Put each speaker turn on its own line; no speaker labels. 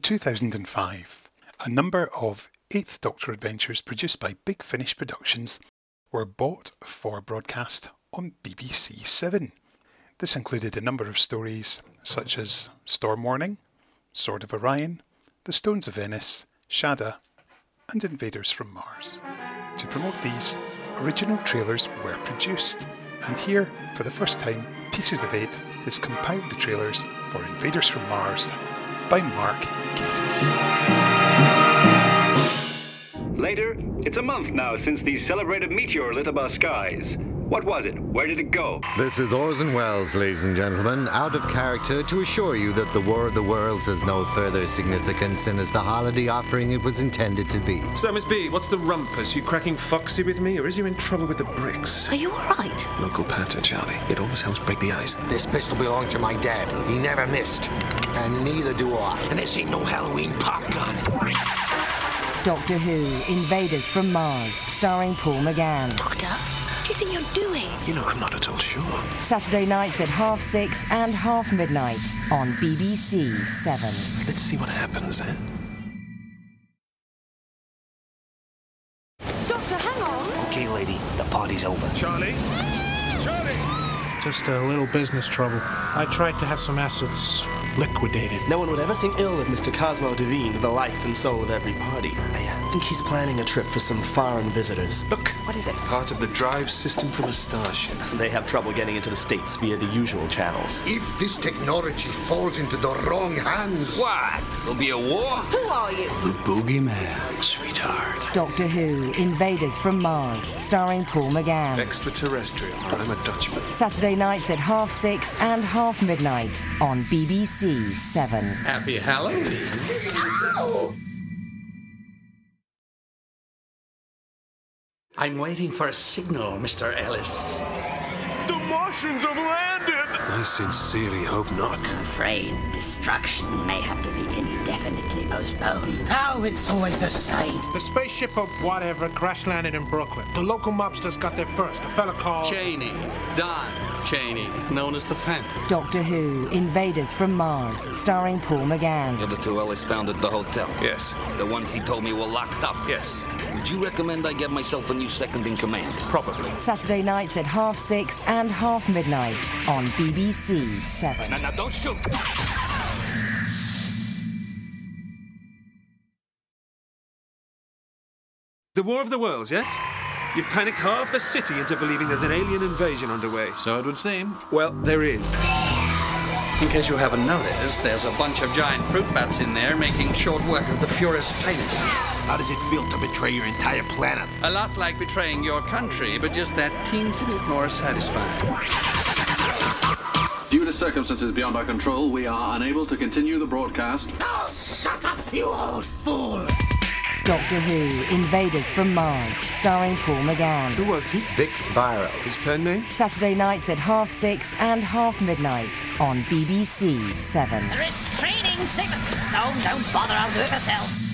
2005, a number of Eighth Doctor adventures produced by Big Finish Productions were bought for broadcast on BBC Seven. This included a number of stories such as Storm Warning, Sword of Orion, The Stones of Venice, Shada, and Invaders from Mars. To promote these, original trailers were produced, and here, for the first time, Pieces of Eighth has compiled the trailers for Invaders from Mars by Mark Gatiss.
Later, it's a month now since the celebrated meteor lit up our skies. What was it? Where did it go?
This is Orson Welles, ladies and gentlemen, out of character to assure you that The War of the Worlds has no further significance and is the holiday offering it was intended to be.
So, Miss B, what's the rumpus? You cracking foxy with me, or is you in trouble with the bricks?
Are you all right?
Local pattern, Charlie. It always helps break the ice.
This pistol belonged to my dad. He never missed. And neither do I. And this ain't no Halloween popcorn.
Doctor Who, Invaders from Mars, starring Paul McGann.
Doctor? do you think you're doing?
You know, I'm not at all sure.
Saturday nights at half six and half midnight on BBC Seven.
Let's see what happens eh? then.
Doctor, hang on.
Okay, lady, the party's over.
Charlie? Charlie!
Just a little business trouble. I tried to have some assets liquidated.
No one would ever think ill of Mr. Cosmo Devine, the life and soul of every party. I uh, think he's planning a trip for some foreign visitors.
Look. What is it?
Part of the drive system from a starship.
They have trouble getting into the States via the usual channels.
If this technology falls into the wrong hands.
What? There'll be a war?
Who are you?
The boogeyman, sweetheart.
Doctor Who, Invaders from Mars, starring Paul McGann.
Extraterrestrial, I'm a Dutchman.
Saturday nights at half six and half midnight on BBC. Seven.
Happy Halloween. Ow! I'm waiting for a signal, Mr. Ellis.
The Martians have landed!
I sincerely hope not.
I'm afraid destruction may have to be indefinitely postponed.
Oh, it's always the same.
The spaceship or whatever crash landed in Brooklyn. The local mobsters got there first. A fella called.
Cheney. Don. Cheney, known as the Phantom.
Doctor Who, Invaders from Mars, starring Paul McGann.
You're the two Ellis founded the hotel.
Yes.
The ones he told me were locked up.
Yes.
Would you recommend I get myself a new second in command?
Probably.
Saturday nights at half six and half midnight on BBC Seven.
Now, now don't shoot!
The War of the Worlds, yes? You've panicked half the city into believing there's an alien invasion underway.
So it would seem.
Well, there is.
In case you haven't noticed, there's a bunch of giant fruit bats in there making short work of the Fuhrer's finest.
How does it feel to betray your entire planet?
A lot like betraying your country, but just that teensy bit more satisfying.
Due to circumstances beyond our control, we are unable to continue the broadcast.
Oh, shut up, you old fool!
Doctor Who, Invaders from Mars, starring Paul McGann.
Who was he?
Vic Spiro.
His pen name?
Saturday nights at half six and half midnight on BBC Seven.
Restraining signal. No, don't bother, I'll do it myself.